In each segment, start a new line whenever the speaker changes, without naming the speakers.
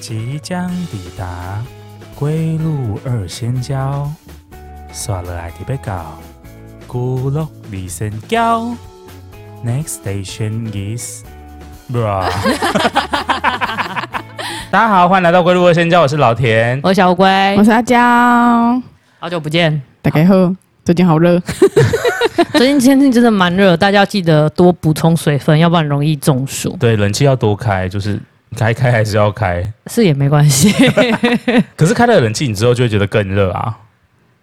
即将抵达归路二仙交，刷了爱迪贝高，孤落二仙交。Next station is bra。大家好，欢迎来到归路二仙交，我是老田。
我是小乌龟，
我是阿娇，
好久不见。
大家哎好，最近好热，
最近天气真的蛮热，大家要记得多补充水分，要不然容易中暑。
对，冷气要多开，就是该开还是要开。
是也没关系，
可是开了冷气，你之后就会觉得更热啊，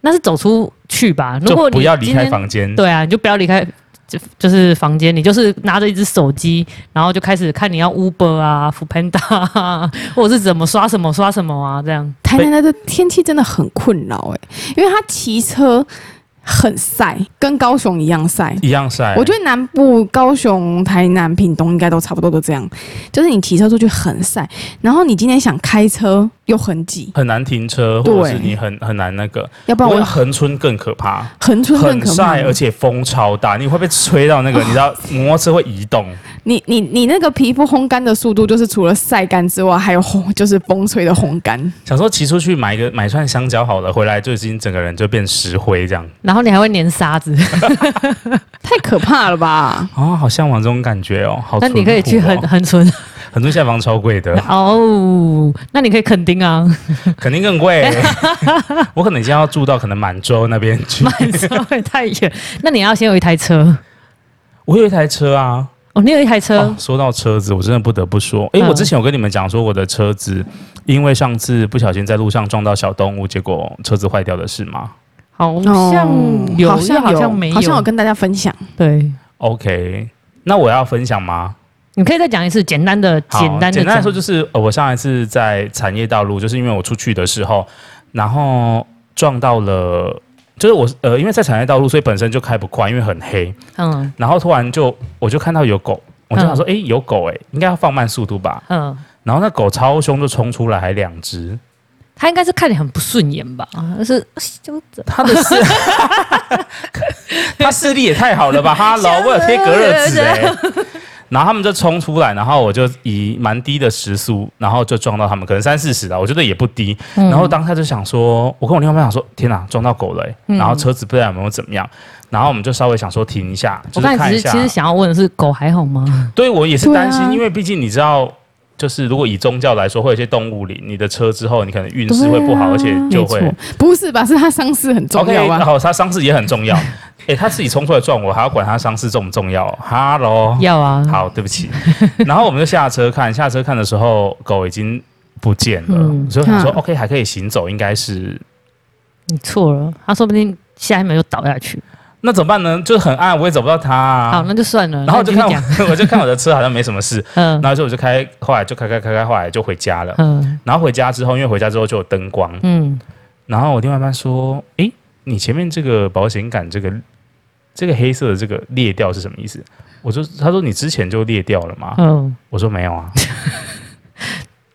那是走出去吧。如果
就
你
不要离
今
开
天，
房间。
对啊，你就不要离开，就就是房间，你就是拿着一只手机，然后就开始看你要 Uber 啊、f o o Panda 啊， 或者是怎么刷什么刷什么啊，这样。
台南的天气真的很困扰哎、因为他骑车很晒，跟高雄一样晒。
一样晒。
我觉得南部、高雄、台南、屏东应该都差不多都这样，就是你骑车出去很晒，然后你今天想开车又很挤，
很难停车，或者是
对
你很很难那个。
要
不
不然
过
我
横村更可怕，
横村更
很
可怕
晒，。而且风超大，你会被吹到那 个，你知道摩托车会移动。
你你你那个皮肤烘干的速度，就是除了晒干之外，还有烘就是风吹的烘干。
想说骑出去买一个买串香蕉好了，回来就已经整个人就变石灰这样。
然后你还会粘沙子，
太可怕了吧！
哦，好向往这种感觉哦，好、
那你可以去
很
横横村
很多下房超贵 的，
哦，那你可以垦丁啊，
肯定更 贵。我可能已经要住到可能满洲那边 去。
慢车会太远。那你要先有一台车
我有一台车啊，
哦，你有一台车，
哦说到车子，我真的不得不说，诶，
嗯
我之前有跟你们讲说我的车子，因为上次不小心在路上撞到小动物，结果车子坏掉的事吗
好
哦
像有，
好
又
像
好像没有，
好像有跟大家分享。
对。
？OK，那我要分享吗？
你可以再讲一次简单的、
好
简单的讲、
简单来说就是、呃我上一次在产业道路，就是因为我出去的时候，然后撞到了。就是我呃，因为在产业道路，所以本身就开不快，因为很黑。
嗯
然后突然就我就看到有狗，我就想说，诶，有狗诶，应该要放慢速度吧。
嗯，
然后那狗超凶，就冲出来，还两 只。
他应该是看你很不顺眼吧？啊就是就
他的视，他视力也太好了 吧！哈喽，我有贴隔热纸哎、然后他们就冲出来，然后我就以蛮低的时速，然后就撞到他们，可能三四十啊啦，我觉得也不低。
嗯
然后当下就想说，我跟我另外一半想说，天哪，撞到狗了、欸！
嗯
然后车子不知道有没有怎么样，然后我们就稍微想说停一下，就
我
是
刚才
看
只
一
是
下
其。实想要问的是，狗还好吗？
对我也是担心，
对啊
因为毕竟你知道。就是如果以宗教来说，会有一些动物灵，你的车之后你可能运势会不好，而
啊
且就会
啊没错
不是吧？是他伤势很重要啊
OK，然
吧？
后他伤势也很 重要。哎、他自己冲出来撞我，还要管他伤势重不重要？Hello，
要啊，
好，对不起。 然后我们就下车看，下车看的时候，狗已经不见了，
嗯
所以我想说、
嗯
OK 还可以行走，应该是
你错了，他说不定下一秒就倒下去。
那怎么办呢？就是很暗，我也找不到它、
好，
啊。
那就算了。
然后我就
那
看
你继 续
我，我就看我的车好像没什么事，
讲，嗯
然后就我就开，后来就开开开开，后来就回家了。
嗯
然后回家之后，因为回家之后就有灯光，
嗯，
然后我另外一半说：“诶，你前面这个保险杆这个这个黑色的这个裂掉是什么意思？”我说：“他说你之前就裂掉了吗？”
嗯，
我说：“没有 啊。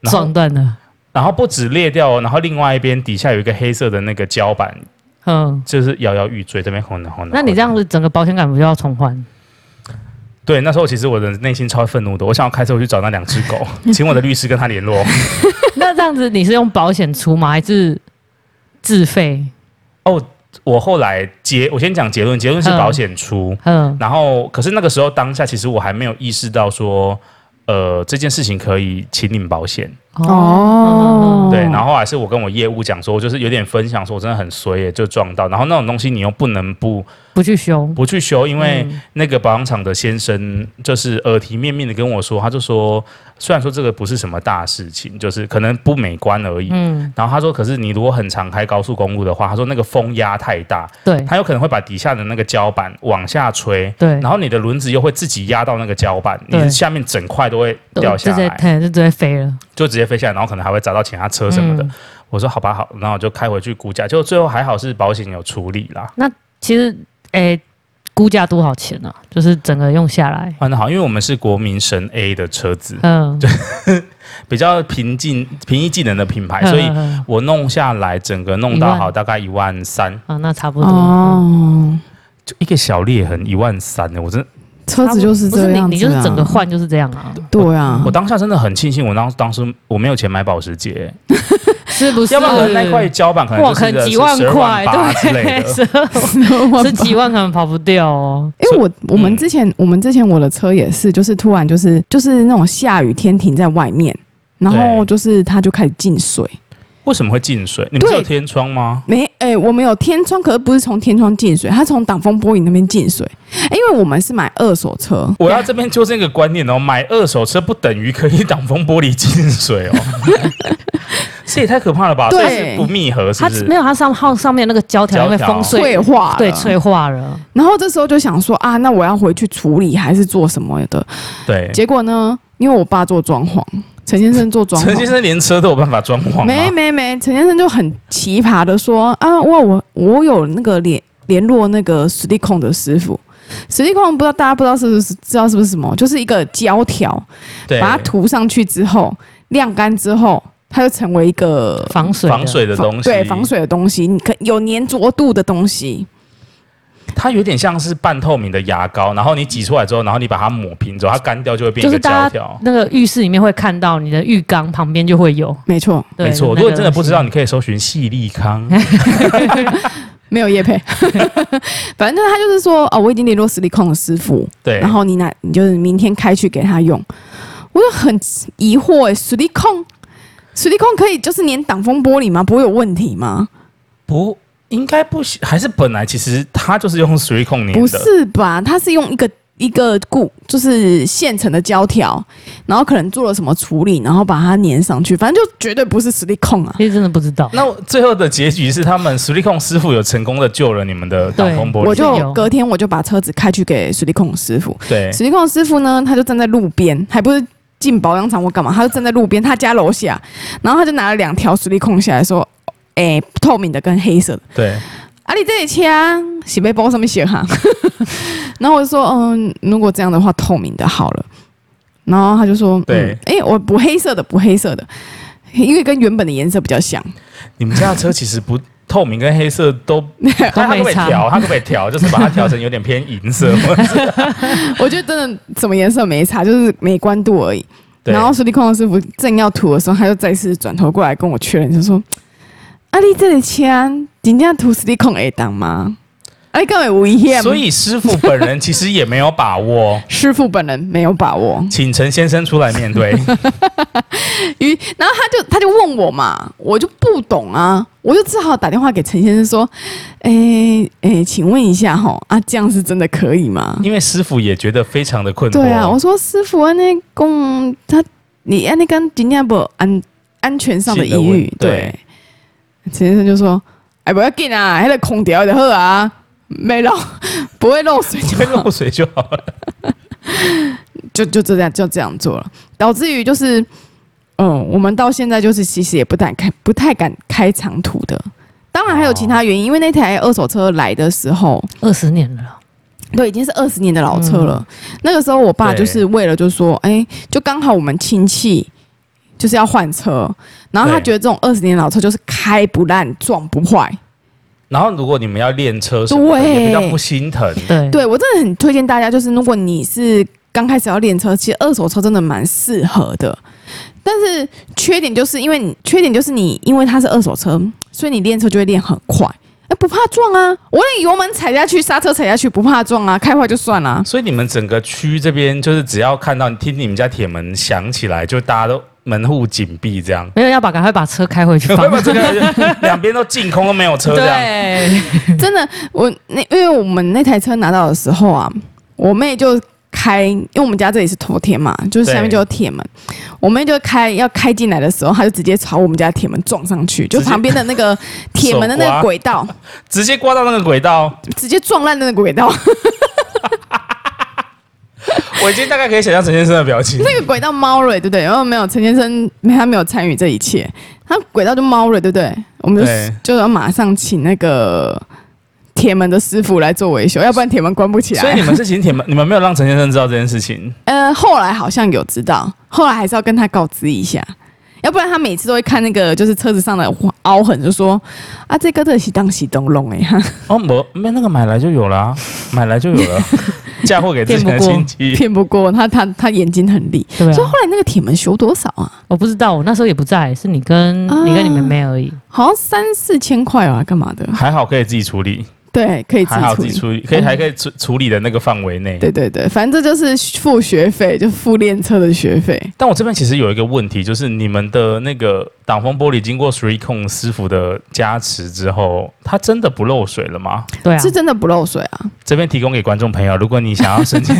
然后
撞断了，
然后不止裂掉哦，然后另外一边底下有一个黑色的那个胶板，
嗯。
就是摇摇欲坠，这边晃的晃的。
那你这样子，整个保险杆不就要 重换？
对，那时候其实我的内心超愤怒的，我想要开车回去找那两只狗，请我的律师跟他联络。
那这样子你是用保险出吗？还是自费？
我后来结，我先讲结论，结论是
嗯
保险出，
嗯
然后，可是那个时候当下，其实我还没有意识到说，呃，这件事情可以请领保险。
哦
对，然后后来是我跟我业务讲说，我就是有点分享说，我真的很衰耶，就撞到。然后那种东西你又不能不
不去修，
不去修，因为
嗯
那个保养厂的先生就是耳提面命的跟我说，他就说，虽然说这个不是什么大事情，就是可能不美观而已。
嗯，
然后他说，可是你如果很常开高速公路的话，他说那个风压太大，
对
它有可能会把底下的那个胶板往下吹，
对，
然后你的轮子又会自己压到那个胶板，
对
你下面整块都会
都
掉下
直接
来，
对，就直接飞了，
就直接飞下来，然后可能还会砸到其他车什么的。
嗯
我说好吧，好，然后我就开回去估价，就最后还好是保险有处理啦。
其实，诶、估价多少钱呢、啊？就是整个用下来，
换的好，因为我们是国民神 A 的车子，
嗯，
比较平静、平易近人的品牌，所以
嗯嗯嗯
我弄下来整个弄
一
到
万
好大概一万三，
啊，那差不多。
哦，
就一个小裂痕一万三呢，我真的
车子就是
嗯不
这
是你
样、子啊，
你就是整个换就是这样啊，
对 啊
我，当下真的很庆幸，我当当时我没有钱买保时捷，
是不是？
要不然可能那块胶板可能
哇，
就是
可能
个
几万
12
块，
八之类
对，
的。
是这几万可能跑不掉哦。
因哎为我我们
嗯
之前、我们之前我的车也是，就是突然就是就是那种下雨天停在外面，然后
对
就是它就开始进水。
为什么会进水？你们是
对
有天窗吗？
没，哎、我们有天窗，可是不是从天窗进水，它从挡风玻璃那边进水。哎因为我们是买二手车，
我要这边纠正一个观念哦，买二手车不等于可以挡风玻璃进 水哦，这也太可怕了吧？
对
这是不密合是
它
不是
啊没？有它上号上面那个胶条因为
胶条
风
对
退
碎
化了
对脆化了，
然后这时候就想说啊，那我要回去处理还是做什么的？
对，
结果呢，因为我爸做装潢，陈先生做装
陈先
潢。
生连车都有办法装潢吗？啊
没没没，陈先生就很奇葩的说啊，我我我有那个联联络那个实力控的师傅，实力控不知道大家不知道是不是知道是不是什么，就是一个胶条，
对，
把它涂上去之后晾干之后，它就成为一个
防水的
防水的
防
东西，
对防，水的东西，你可有粘着度的东西，
它有点像是半透明的牙膏，然后你挤出来之后，然后你把它抹平之后，它干掉就会变
就
一
是
个
大
胶
家
条。
那个浴室里面会看到你的浴缸旁边就会有，
没错，
对
没错，
那
如果
个
真的不知道，
东
你可以搜寻细粒 康。
没有叶配，反正他就是说哦，我已经联络实力控的师傅，
对，
然后你拿，你就是明天开去给他用，我就很疑惑、欸，实力控。实力控可以就是粘挡风玻璃吗？不会有问题吗？
不应该不行，还是本来其实它就是用 three 控粘的，
不是吧？它是用一个一个固，就是现成的胶条，然后可能做了什么处理，然后把它粘上去，反正就绝对不是实力控啊。
西其实真的不知道。
那我最后的结局是，他们 s u r i k o n 师傅有成功的救了你们的挡风玻璃。
我
是有
就隔天我就把车子开去给水力控师傅，
对，
水力控师傅呢，他就站在路边，还不是进保养厂或干嘛，他就站在路边，他家楼下，然后他就拿了两条水力控下来说，诶、透明的跟黑色的，
对，
啊，你这里切啊，洗背包上面写哈， 然后我就说，嗯，如果这样的话，透明的好了，然后他就说，
对
嗯，诶、我不黑色的，不黑色的，因为跟原本的颜色比较像，
你们家的车其实不透明跟黑色都， 它它可不可
没
以
差
调？它可不可以调？就是把它调成有点偏银 色。或者是
我觉得真的什么颜色没差，就是美观度而已。
对
然后水力控的师傅正要涂的时候，他又再次转头过来跟我确认，就说：“啊，你这里签，人家涂水力控 A 档吗？啊，你根本无一样。”
所以师傅本人其实也没有把 握，
师傅本人没有把握。
请陈先生出来面 对。
于，然后他就他就问我嘛，我就不懂啊，我就只好打电话给陈先生说：“诶、诶、请问一下哈，啊，这样是真的可以吗？”
因为师傅也觉得非常的困惑。
对 啊，我说师傅啊，那公他你啊，那跟今天不安安全上的
信
疑
的问
虑，对。陈先生就说：“哎，不要紧啊，那个空调就好啊，没漏， 不会漏水就
会
好
漏水就好了。
就就这样就这样做了，导致于就是，嗯，我们到现在就是其实也不太开不太敢开长途的。当然还有其他原因，因为那台二手车来的时候，
二十年了，
对，已经是二十年的老车了。
嗯
那个时候，我爸
对
就是为了就说，哎、就刚好我们亲戚就是要换车，然后他
对
觉得这种二十年老车就是开不烂、撞不坏。
然后如果你们要练车什么的，
对
也比较不心疼。
对
对我真的很推荐大家，就是如果你是刚开始要练车，其实二手车真的蛮适合的。但是缺点就是因为你缺点就是你因为它是二手车，所以你练车就会练很快，哎、不怕撞啊！我连油门踩下去、刹车踩下去不怕撞啊，开坏就算了、
所以你们整个区这边，就是只要看到你听你们家铁门响起来，就大家都门户紧闭这 样。
没有要把赶快把车开回去
会
放
不。会这个两边都净空都没有车这样？
对，
真的，我那因为我们那台车拿到的时候啊，我妹就开，因为我们家这里是头铁嘛，就是下面
对
就有铁门，我妹就开要开进来的时候，她就直接朝我们家铁门撞上去，就
直接
旁边的 那个铁门的那
手刮
个轨道，
直接刮到那个轨道，
直接撞烂的那个轨 道，
我已经大概可以想象陈先生的表情。
那个轨道猫 了，对不对？然后没有陈先生，没他没有参与这一切，他轨道就猫了，对不对？我们就
对
就要马上请那个铁门的师傅来做维修，要不然铁门关不起来。
所以你们是请铁门，你们没有让陈先生知道这件事情。
呃，后来好像有知道，后来还是要跟他告知一下，要不然他每次都会看那个就是车子上的凹痕，就说 啊，这个这是当洗东弄哎，哈
啊 哦，我没那个买来就有啦、买来就有了。嫁祸给自己的亲戚。
骗不过他，他他眼睛很利。
对
所以
啊
后，来那个铁门修多少啊？
我不知道，我那时候也不在，是你跟、
啊
你跟你妹妹而已。
好像三四千块啊，干嘛的？
还好可以自己处理，
对，可以自
还好自
己
己
处理。
处理，可以还可以处处理的那个范围内。
对对对，反正这就是付学费，就付练车的学费。
但我这边其实有一个问题，就是你们的那个挡风玻璃经过 Three Con 师傅的加持之后，它真的不漏水了吗？
对啊
是，真的不漏水啊！
这边提供给观众朋友，如果你想要申请，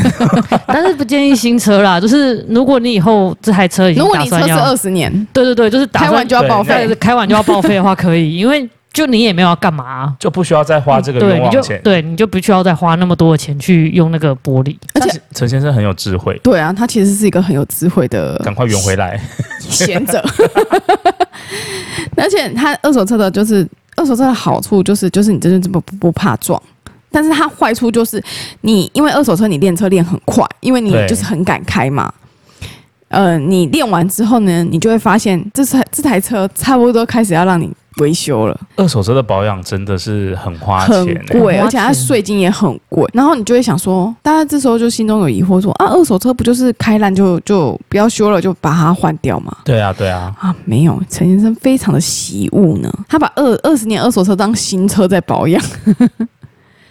但是不建议新车啦。就是如果你以后这台车已
如
经
果
打
你车
算
是
要，
二十年，
对对对，就是打
开
算
完就要
对
报
对
废
对。开完就要报废的话，可以，因为就你也没有要干嘛啊、
就不需要再花这个
对，
冤
你
枉
就
钱。
对，你就不需要再花那么多的钱去用那个玻璃。
而且
但是陈先生很有智慧，
对啊，他其实是一个很有智慧的
赶快圆回来。
贤者。而且他二手车的，就是二手车的好处就是，就是你真的这么不不怕撞。但是它坏处就是你，因为二手车你练车练很快，因为你
对
就是很敢开嘛。呃，你练完之后呢，你就会发现这台这台车差不多开始要让你维修了，
二手车的保养真的是很花钱、
很
欸，
贵，
很花
而且它
钱
税金也很贵。然后你就会想说，大家这时候就心中有疑惑说啊，二手车不就是开烂就就不要修了，就把它换掉吗？
对啊，对啊，
啊，没有，陈先生非常的习物呢，他把二二十年二手车当新车在保
哦
养，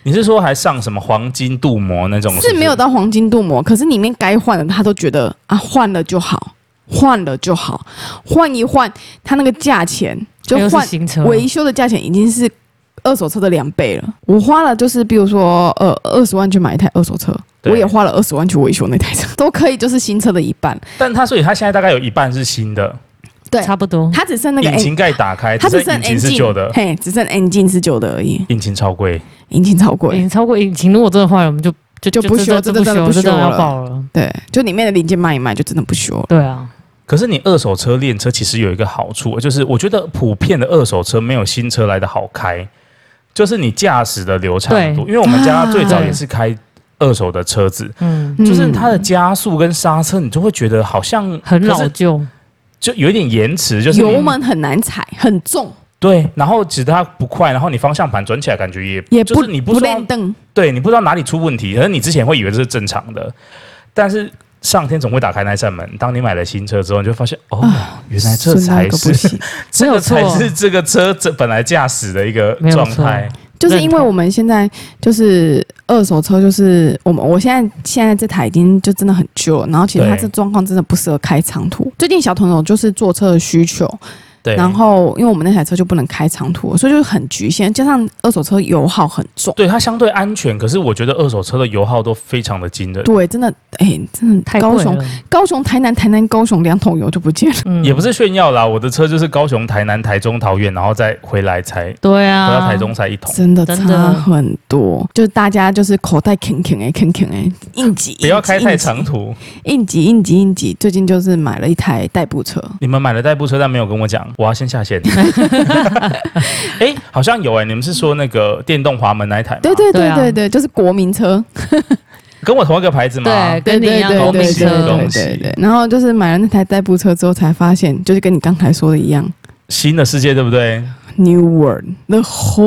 你是说还上什么黄金镀膜那种？
是没有到黄金镀膜，可是里面该换的他都觉得啊，换了就好，换了就好，换一换，他那个价钱
哎
就
又是
换
新车，
啊
维修的价钱已经是二手车的两倍了。我花了就是比如说呃二十万去买一台二手车，
对
我也花了二十万去维修那台车， 都可以就是新车的一半，
但他所以他现在大概有一半是新的，
对
差不多。
他只剩那个哎
引擎盖打开，
他只
剩
剩
引擎是
engine
旧的，
嘿，只剩 engine 是旧的而已，
引擎超贵。
引擎超贵
已。经超过引擎，如果真的坏了，我们就就
就不修
真
真
的
的真的不
不修，真
修
的
了
要爆了。
对，就里面的零件卖一卖，就真的不修了。
对啊，
可是你二手车练车其实有一个好处，就是我觉得普遍的二手车没有新车来的好开，就是你驾驶的流畅度。因
对
为我们家
啊
最早也是开二手的车子，
嗯，
就是它的加速跟刹车，你就会觉得好像
很
可
老
是
旧，
就有一点延迟，就是
油门很难踩，很重，
对，然后其实它不快，然后你方向盘转起来感觉也
也
就
不
是你不
不啊
知道
练凳，
对你不知道哪里出问题，可是你之前会以为这是正常的，但是上天总会打开那扇门。当你买了新车之后，你就发现哦，
啊
原来这
顺到
才
一个不
是
行。
这
没
个
有错
才是这个车这本来驾驶的一个
没有
状
错
态。
就是因为我们现在就是二手车，就是我们我现在现在这台已经就真的很旧了，然后其实它
对
这状况真的不适合开长途。最近小童有就是坐车的需求，
对，
然后因为我们那台车就不能开长途了，所以就是很局限，加上二手车油耗很重，
对它相对安全，可是我觉得二手车的油耗都非常的惊人，
对，真的哎、真的
太
高
贵
雄
了。
高雄台南台南高雄两桶油就不见了，
嗯
也不是炫耀啦。我的车就是高雄、台南、台中、桃园，然后再回来才
对
回
啊，
到台中才一桶。
真的
真
差
的
很多，就是大家就是口袋啃啃哎啃啃哎，应急
不要开
应急
太长途。
应急应急应急。最近就是买了一台代步车，
哦
你们买了代步车，但没有跟我讲，我要先下 线。 哎、好像有哎、你们是说那个电动滑门那一台吗？
对对
对
对
啊
对对，就是国民车，
跟我同一个牌子吗？
对，跟你一样
对对
同
对
名
对对
同名
车
车，
对对对。然后就是买了那台代步车之后，才发现就是跟你刚才说的一样
新的世界对不对？
，New World，the whole new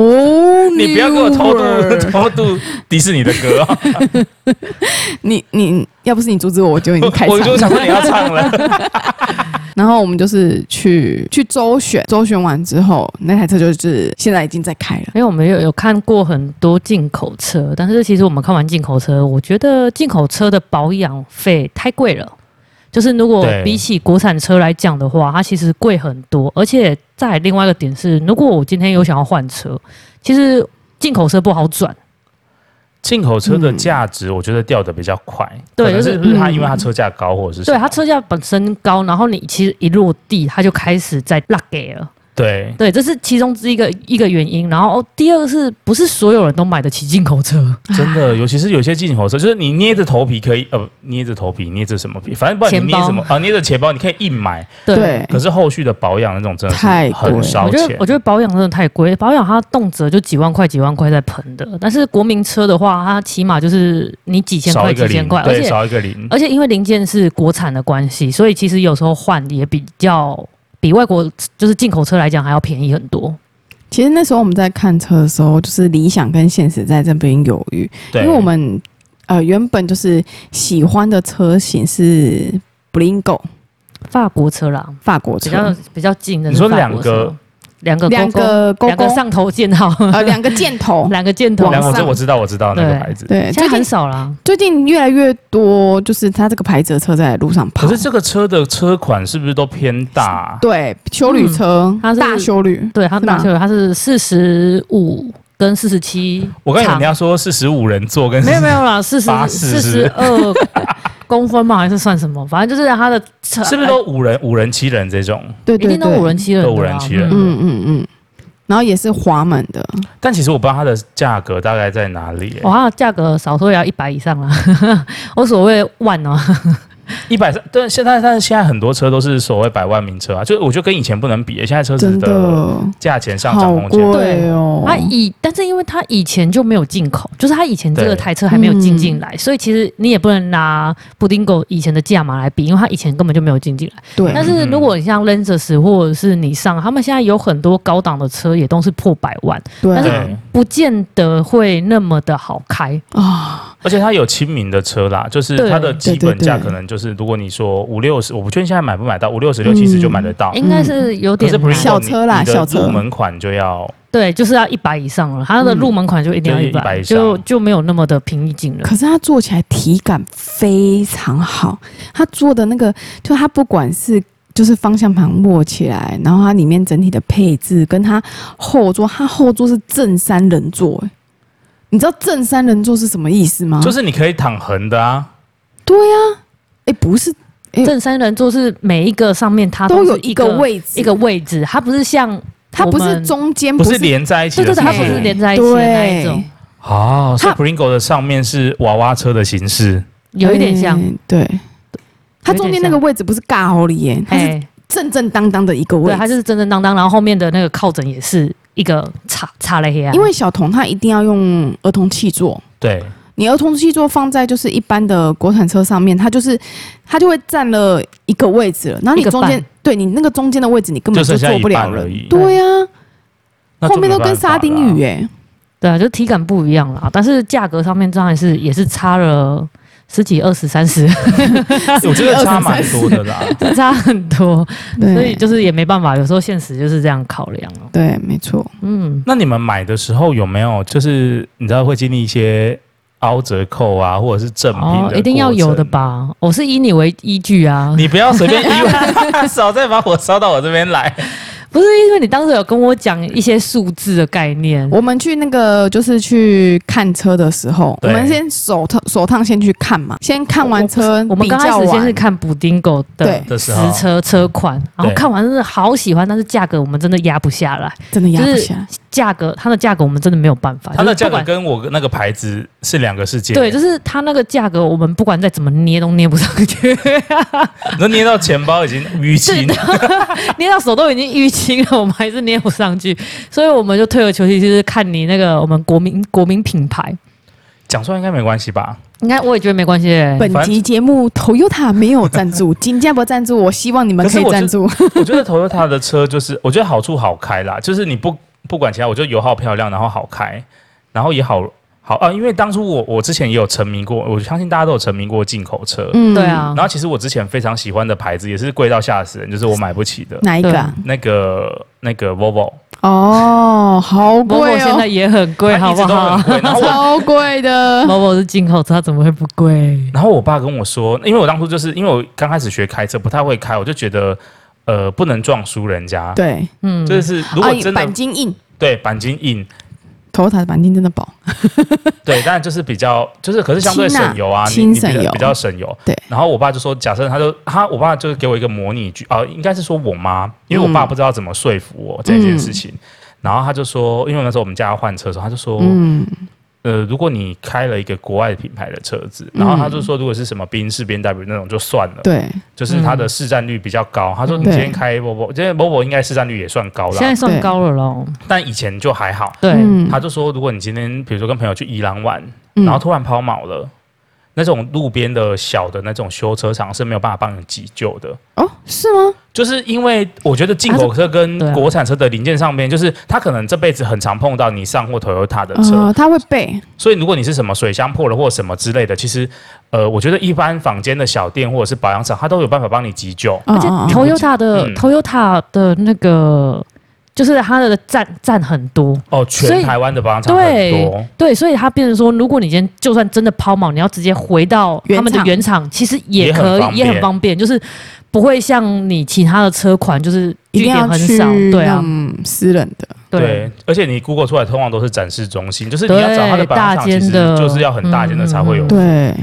world。
你不要给我偷渡偷渡迪士尼的歌、哦，
你你要 不是你阻止我，我就已经开
我
场
我就想
了。
说你要唱了。
然后我们就是去去周旋，周旋完之后，那台车就是现在已经在开了。
因为我们有有看过很多进口车，但是其实我们看完进口车，我觉得进口车的保养费太贵了。就是如果
对
比起国产车来讲的话，它其实贵很多。而且再来另外一个点是，如果我今天有想要换车，其实进口车不好转，
进口车的价值，我觉得掉的比较快。
嗯对
可能
就是
是不是它
嗯
因为它车价高，或者是什啊么
对它车价本身高，然后你其实一落地它就开始在拉给了。
对
对，这是其中之一个一个原因。然后、哦第二个是不是所有人都买得起进口车？
真
啊
的，尤其是有些进口车，就是你捏着头皮可以，呃，不捏着头皮，捏着什么皮，反正不管你
钱
捏
包
什么啊，捏着钱包你可以硬 买，
对，
可是后续的保养那种真的是
太贵
很烧
我觉得
钱
我。觉得保养真的太贵，保养它动辄就几万块、几万块在喷的。但是国民车的话，它起码就是你几千
少
块、
一个
几
零
千，块，而
对，
且
少一个零。
而且因为零件是国产的关系，所以其实有时候换也比较比外国就是进口车来讲还要便宜很多。
其实那时候我们在看车的时候，就是理想跟现实在这边犹豫，
对，
因为我们呃原本就是喜欢的车型是 Blingo
法国车啦，
法国
比较
车，
比较近的。
你说
是法国
两
车
个，
两个
两
勾勾
个勾
两
勾
个，上头箭号，
呃两个箭头
，两个箭头
往，
两
上
我这我知道我知道那个
对
牌子，
对，
现
哎最
在很
近
少啦。
最近越来越多，就是它这个牌子的车在路上跑
可。是这个车的车款是不是都偏大？
对，修旅车
嗯它，是
大修旅，
对，它
是
马
吗
修它是四十五跟四十七，
我刚才你要说是十五人座跟
没有没有 啦，四十
八四
四十
是
二公分吧，还是算什么？反正就是它的车
是不是都五人五人七人这种？
对
一
对
定都
对
五人七人的啦，
都五人七人
嗯
嗯嗯嗯，然后也是滑门的，
但其实我不知道它的价格大概在哪里、欸，
哦
哇，它的价格少说也要一百以上啦。 我所谓万哦，
一百三。但现在但是现在很多车都是所谓百万名车啊，就我觉得跟以前不能比、欸，现在车子
真
的
的
价钱上涨
好
空间。
贵哦。
它以但是因为它以前就没有进口，就是它以前这个
对
台车还没有进进
嗯
来，所以其实你也不能拿布丁狗以前的价码来比，因为它以前根本就没有进进来。
对，
但是如果你像 Lenzers 或者是你上，他们现在有很多高档的车也都是破百万，
对
但是
对，
不见得会那么的好开。
啊，
而且它有亲民的车啦，就是它的基本价
对对对
可能就是，如果你说五六十，我不确定现在买不买到，五六十六七十
嗯
就买得到。
应该是哎有
可
点
是不
难
是
小车啦小车
入门款就要
对，就是要一百以上了，它的入门款就一定要
嗯
一
就
百、
100以上
就就没有那么的平易近人。
可是它坐起来体感非常好，它做的那个就它不管是。就是方向盘握起来，然后它里面整体的配置跟它后座，它后座是正三人座，欸你知道正三人座是什么意思吗？
就是你可以躺横的啊，
对呀、哎、不是嗯
正三人座是每一个上面它
都
啊是
有
一
一个位置，
一个位置，它不是像
它嗯不
我
是
们
中间，
不是连在一起的
对对
是
对，
吗，
它不是连在一起的那一种
对，
哦，所以
它
Pringo 的上面是娃娃车的形式，
有一点像。
嗯对。它中间那个位置不是尬哦好里耶，它是
哎，
正正当当的一个位
对，
置。
它就是正正当当，然后后面的那个靠枕也是一个叉叉了黑啊。
因为小童他一定要用儿童气座，
对，
你儿童气座放在就是一般的国产车上面，它就是它就会占了一个位置了。然后
一
你
个
中间
半
对你那个中间的位置，你根本
就剩下
坐不了
一半而已
人。对呀、
那就
后面都
没
跟
办法啦
沙丁鱼。哎，
对啊，就体感不一样啦，但是价格上面当然是也是差了十几、二十、三十，
我觉得差蛮多的啦。
差很多，所以
对
就是也没办法，有时候现实就是这样考量哦。
对，没错。
嗯，
那你们买的时候有没有就是你知道会经历一些凹折扣啊，或者是正品
哦，一定要有的？吧？我是以你为依据啊，
你不要随 便以为， 少再把火烧到我这边来。
不是因为你当时有跟我讲一些数字的概念，
我们去那个就是去看车的时候，我
对
们先手趟手趟先去看嘛，先看完车
我们
比
刚开
较
实
完
先是看补丁狗的
对
的时
实
候
车车款，然后
对
看完真的好喜欢，但是价格我们真的压不下来，
真的压
就
不
是
下来。
价格它的价格我们真的没有办法，
它的价格
就是不管
跟我那个牌子是两个世界，
对，就是它那个价格我们不管再怎么捏都捏不上去，
能捏到钱包已经淤青。
捏到手都已经淤青了，我们还是捏不上去，所以我们就退而求其次，就是看你那个我们国民国民品牌。
讲出来应该没关系吧？
应该我也觉得没关系、欸，
本
反
集节目 Toyota 没有 赞助，金价不赞助，我希望你们
可是
可以
我
赞助。
我觉得 Toyota 的车就是，我觉得好处好开啦，就是你不不管其他，我觉得油耗漂亮，然后好开，然后也好好啊。因为当初我我之前也有沉迷过，我相信大家都有沉迷过进口车。
嗯
对，啊
然，后其实我之前非常喜欢的牌子也是贵到吓死人，就是我买不起的
哪一个啊？
那个那个 Volvo，
哦，好
某某
贵
现在
哦，
也很贵，
它
好
一
不
直都
好
很？贵。 然后我
超贵的。
某某是进口车，它怎么会不贵？
然后我爸跟我说，因为我当初就是因为我刚开始学开车不太会开，我就觉得呃不能撞输人家，
对，
嗯，
就是如果
啊
真的、
钣金硬
对钣金硬，
，Toyota 的钣金真的薄。
对，但就是比较，就是可是相对
轻啊
省油啊，你
轻
你比
省
较
油
比较省油。
对
然后我爸就说，假设他就他，我爸就是给我一个模拟句啊、应该是说我妈，因为我爸
嗯
不知道怎么说服我这件事情。然后他就说，因为那时候我们家要换车的时候，他就说，
嗯，
呃，如果你开了一个国外品牌的车子，然后他就说，如果是什么宾士、B N W 那种就算了，
嗯对，嗯
就是它的市占率比较高。他说，你
对
今天开 Volvo，今天 Volvo 应该市占率也算高
现在
了，
算高了咯。
但以前就还好。
对，
嗯
嗯
他就说，如果你今天比如说跟朋友去宜兰玩，然后突然抛锚了，那那种路边的小的那种修车厂是没有办法帮你急救的。
哦，是吗？
就是因为我觉得进口车跟
它是对啊
国产车的零件上面，就是它可能这辈子很常碰到你上或 Toyota 的车，
嗯
呃，他会背，
所以如果你是什么水箱破了或什么之类的，其实呃，我觉得一般坊间的小店或者是保养厂，它都有办法帮你急救。
而且
嗯嗯嗯
Toyota 的、
嗯
Toyota 的那个，就是它的站站很多，
哦，
所
全
以
台湾的保养厂很
对
多。
对，所以它变成说，如果你今天就算真的抛锚，你要直接回到他们的原厂，其实也可以，
也
也
很方便
很方便，就是不会像你其他的车款，就是
一
据
定
点
要
很
去
少，对
那
啊，
种私人的。
对。
对，而且你 Google 出来通常都是展示中心，就是你
对
要找它的保养
大
厂，
间
其实
的
就是要很大间的才会有。
嗯
对，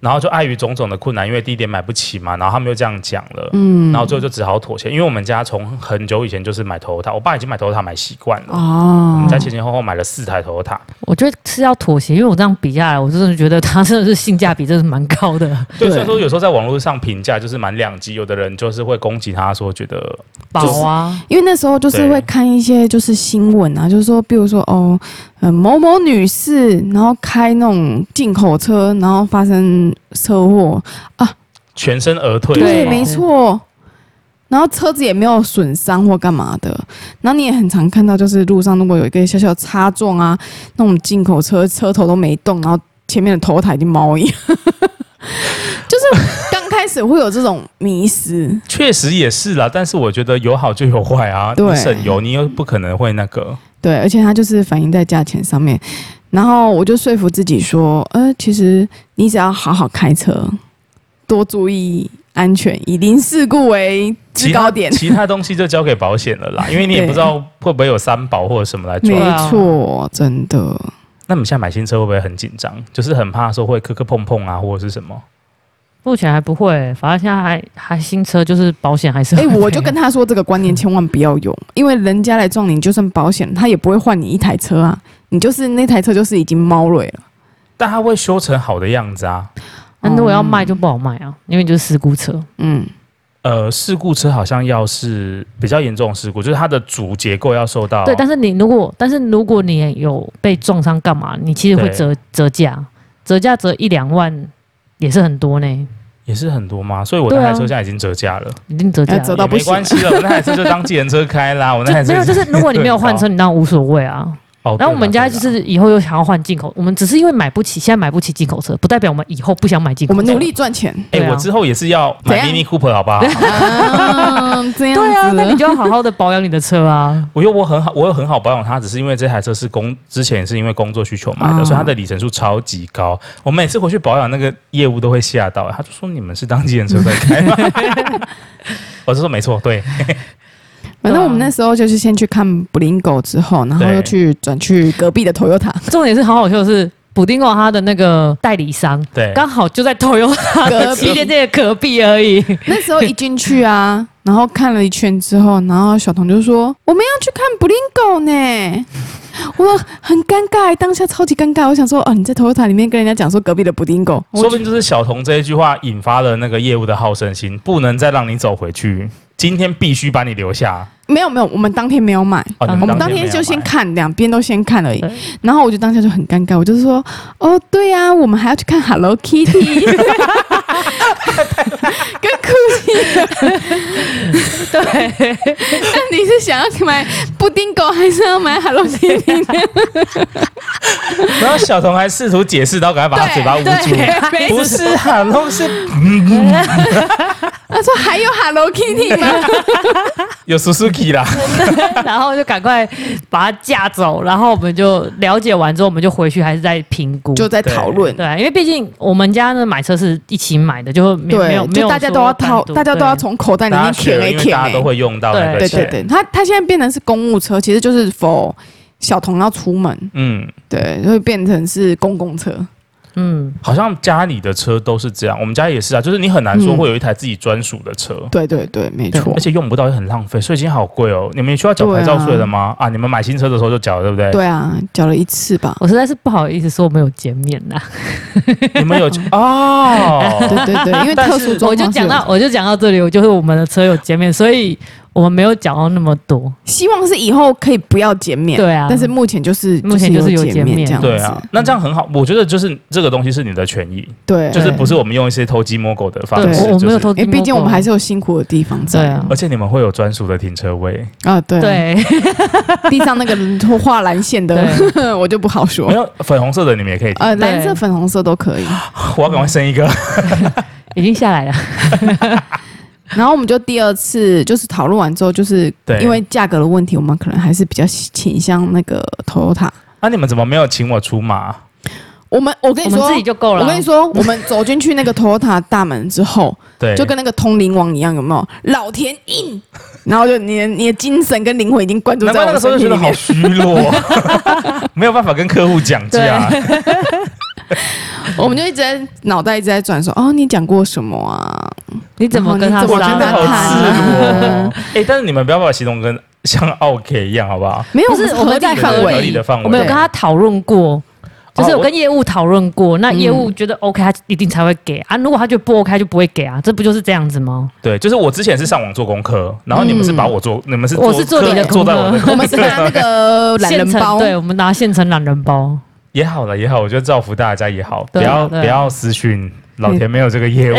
然后就碍于种种的困难，因为第一点买不起嘛，然后他们又这样讲了，
嗯，
然后最后就只好妥协。因为我们家从很久以前就是买 Toyota，我爸已经买 Toyota 买习惯了。我
哦
们，家前前后后买了四台 Toyota，
我觉得是要妥协，因为我这样比下来，我真的觉得它真的是性价比真的是蛮高的，
对，
对
所以说有时候在网络上评价就是蛮两极，有的人就是会攻击他说觉得
宝啊，
因为那时候就是
对
会看一些就是新闻啊，就是说，比如说哦，呃，某某女士，然后开那种进口车，然后发生车祸，
全身而退，
对
是吗
没错。然后车子也没有损伤或干嘛的，然后你也很常看到，就是路上如果有一个小小擦撞啊，那种进口车车头都没动，然后前面的头台已经猫一样， 就是刚开始会有这种迷失，
确实也是啦。但是我觉得有好就有坏啊，
对
你省油，你又不可能会那个，
对，而且它就是反映在价钱上面。然后我就说服自己说，呃，其实你只要好好开车，多注意安全，以零事故为制
其
高
他
点。
其他东西就交给保险了啦，因为你也
对
不知道会不会有三保或者什么 来
没
做。
啊
错，真的。
那你现在买新车会不会很紧张？就是很怕说会磕磕碰碰啊，或者是什么？
目前还不会，反正现在还还新车，就是保险 还是
哎、
很
我就跟他说，这个观念千万不要用，因为人家来撞你，就算保险，他也不会换你一台车啊。你就是那台车就是已经猫了了。
但它会修成好的样子啊。
那如果要卖就不好卖啊，因为你就是事故车，
嗯，
呃，事故车好像要是比较严重的事故，就是它的主结构要受到
对。但是你如果，但是如果你有被撞伤干嘛，你其实会
对
折折价，折价折一两万也是很多呢，
也是很多嘛，所以我
对
那台
啊
车现在已经折价了，
一定折价
要折
了。
到
也
不
没
行
关系了，我那台车就当计程车开啦，我那
就
台车
没有， 就是如果你没有换车，
对
你当然无所谓啊。
哦，
然
对
后我
啦
们家
对
就
啦
是以后又想要换进口，我们只是因为买不起，现在买不起进口车，不代表我们以后不想买进口
我
车。
们努力赚 钱。
哎、
对啊
我之后也是要买
怎样
Mini Cooper 好不好？
嗯，这样子。
对啊，那你就要好好的保养你的车啊。
我又我很好，我有很好保养它，只是因为这台车是工之前也是因为工作需求买的，
哦
所以它的里程数超级高。我每次回去保养那个业务都会吓到、他就说你们是当计程车在开 吗？我就说没错，对，
反正我们那时候就是先去看布林狗之后，然后
对
又去转去隔壁的 Toyota，
重点是好好笑的是，补丁狗他的那个代理商
对
刚好就在 Toyota
隔
的
壁
旗 舰店的隔壁而已。
那时候一进去啊，然后看了一圈之后，然后小童就说：“我们要去看布林狗 呢。”我很尴尬，当下超级尴尬。我想说，哦、你在 Toyota 里面跟人家讲说隔壁的布丁狗，我
说不定就是小童这一句话引发了那个业务的好胜心，不能再让你走回去，今天必须把你留下。
没有没有，我们当天没有买，
哦，你
嗯
们
我们当
天没有
天就先
买。
看，两边都先看而已
对。
然后我就当下就很尴尬，我就是说，哦，对呀、我们还要去看 Hello Kitty，跟 Gucci。
对，
那你是想要买布丁狗，还是要买 Hello Kitty？呢
然后小童还试图解释，然后赶快 把他嘴巴捂住。
对
不是啊，都是嗯
他说还有 Hello Kitty 吗？
有 Suzuki 啦。
然后就赶快把它架走，然后我们就了解完之后，我们就回去还是在评估。
就在讨论。
对，啊因为毕竟我们家呢买车是一起买的，就没有没有
对，
没
就
有
大家
说
都要
单
掏，
独
大家都
对
要从口袋里
大
面
家学
舔
了，
哎
因为
舔
大
哎
家。都会用到那个
对
对
钱。
对对，它它现在变成是公务车，其实就是否小童要出门，
嗯，
对，就会变成是公共车。
嗯，
好像家里的车都是这样，我们家也是啊，就是你很难说
嗯
会有一台自己专属的车。
对对对，没
对
错
而。且用不到也很浪费，税金好贵哦。你们也需要缴牌照税的吗？啊你们买新车的时候就缴，对不对？
对啊，缴了一次吧。
我实在是不好意思说我没有减免啊呐、
你们有哦，
对对对，因为
但
特
是
殊状
我就
况是有，
讲到我就讲到这里，我就是我们的车有减免，所以我我们没有讲到那么多，
希望是以后可以不要减免，
对啊
但是目前就是
目前就是有
减
减免
这样子，
对啊，那这样很好，我觉得就是这个东西是你的权益，
对，
就是不是我们用一些偷鸡摸狗的方
对
式，
我我
就
没有
是
偷
哎，
鸡摸狗，
毕竟我们还是有辛苦的地方在
对啊
而且你们会有专属的停车位，
啊，对啊，
对
地上那个画蓝线的， 我就不好说
没。有粉红色的你们也可以停。
呃，
对
蓝色、粉红色都可以。
我要赶快生一个，
已经下来了，
然后我们就第二次就是讨论完之后，就是
对
因为价格的问题，我们可能还是比较倾向那个 Toyota。
那啊你们怎么没有请我出马？
我们我跟
我
你
们
说
自，己就够了。啊
我跟你，说，我们走进去那个 Toyota 大门之后，
对，
就跟那个通灵王一样，有没有？老田印，然后就你的你的精神跟灵魂已经灌注
难
在
怪
我
那个
的
时候
身
就
体
觉
里
得好
面。
虚弱， 没有办法跟客户讲价。
我们就一直在脑袋一直在转，说哦，你讲过什么啊？
你怎么跟他
然后
我
你
真
怎
的
么
好
搭
赤
档
裸
啊
哦。哎，但是你们不要把系统跟像奥 K 一样，好不好？
没有，
不是
我们
合
在
理
范
的
合理
围
的范围，哦
我们有跟他讨论过，就是有跟业务讨论过，那
嗯
业务觉得 OK，他一定才会给啊。如果他觉得不 OK，他就不会给啊，这不就是这样子吗？
对，就是我之前是上网做功课，然后你们是把我做，你们是
嗯我是做你的
做到
功
我
课
的
我们是拿那个懒
现
人
成
包，
对，我们拿现成懒人包，
也好了也好，我觉得造福大家也好，不
对啊
要
对啊嗯
不要私讯老田没有这个业务，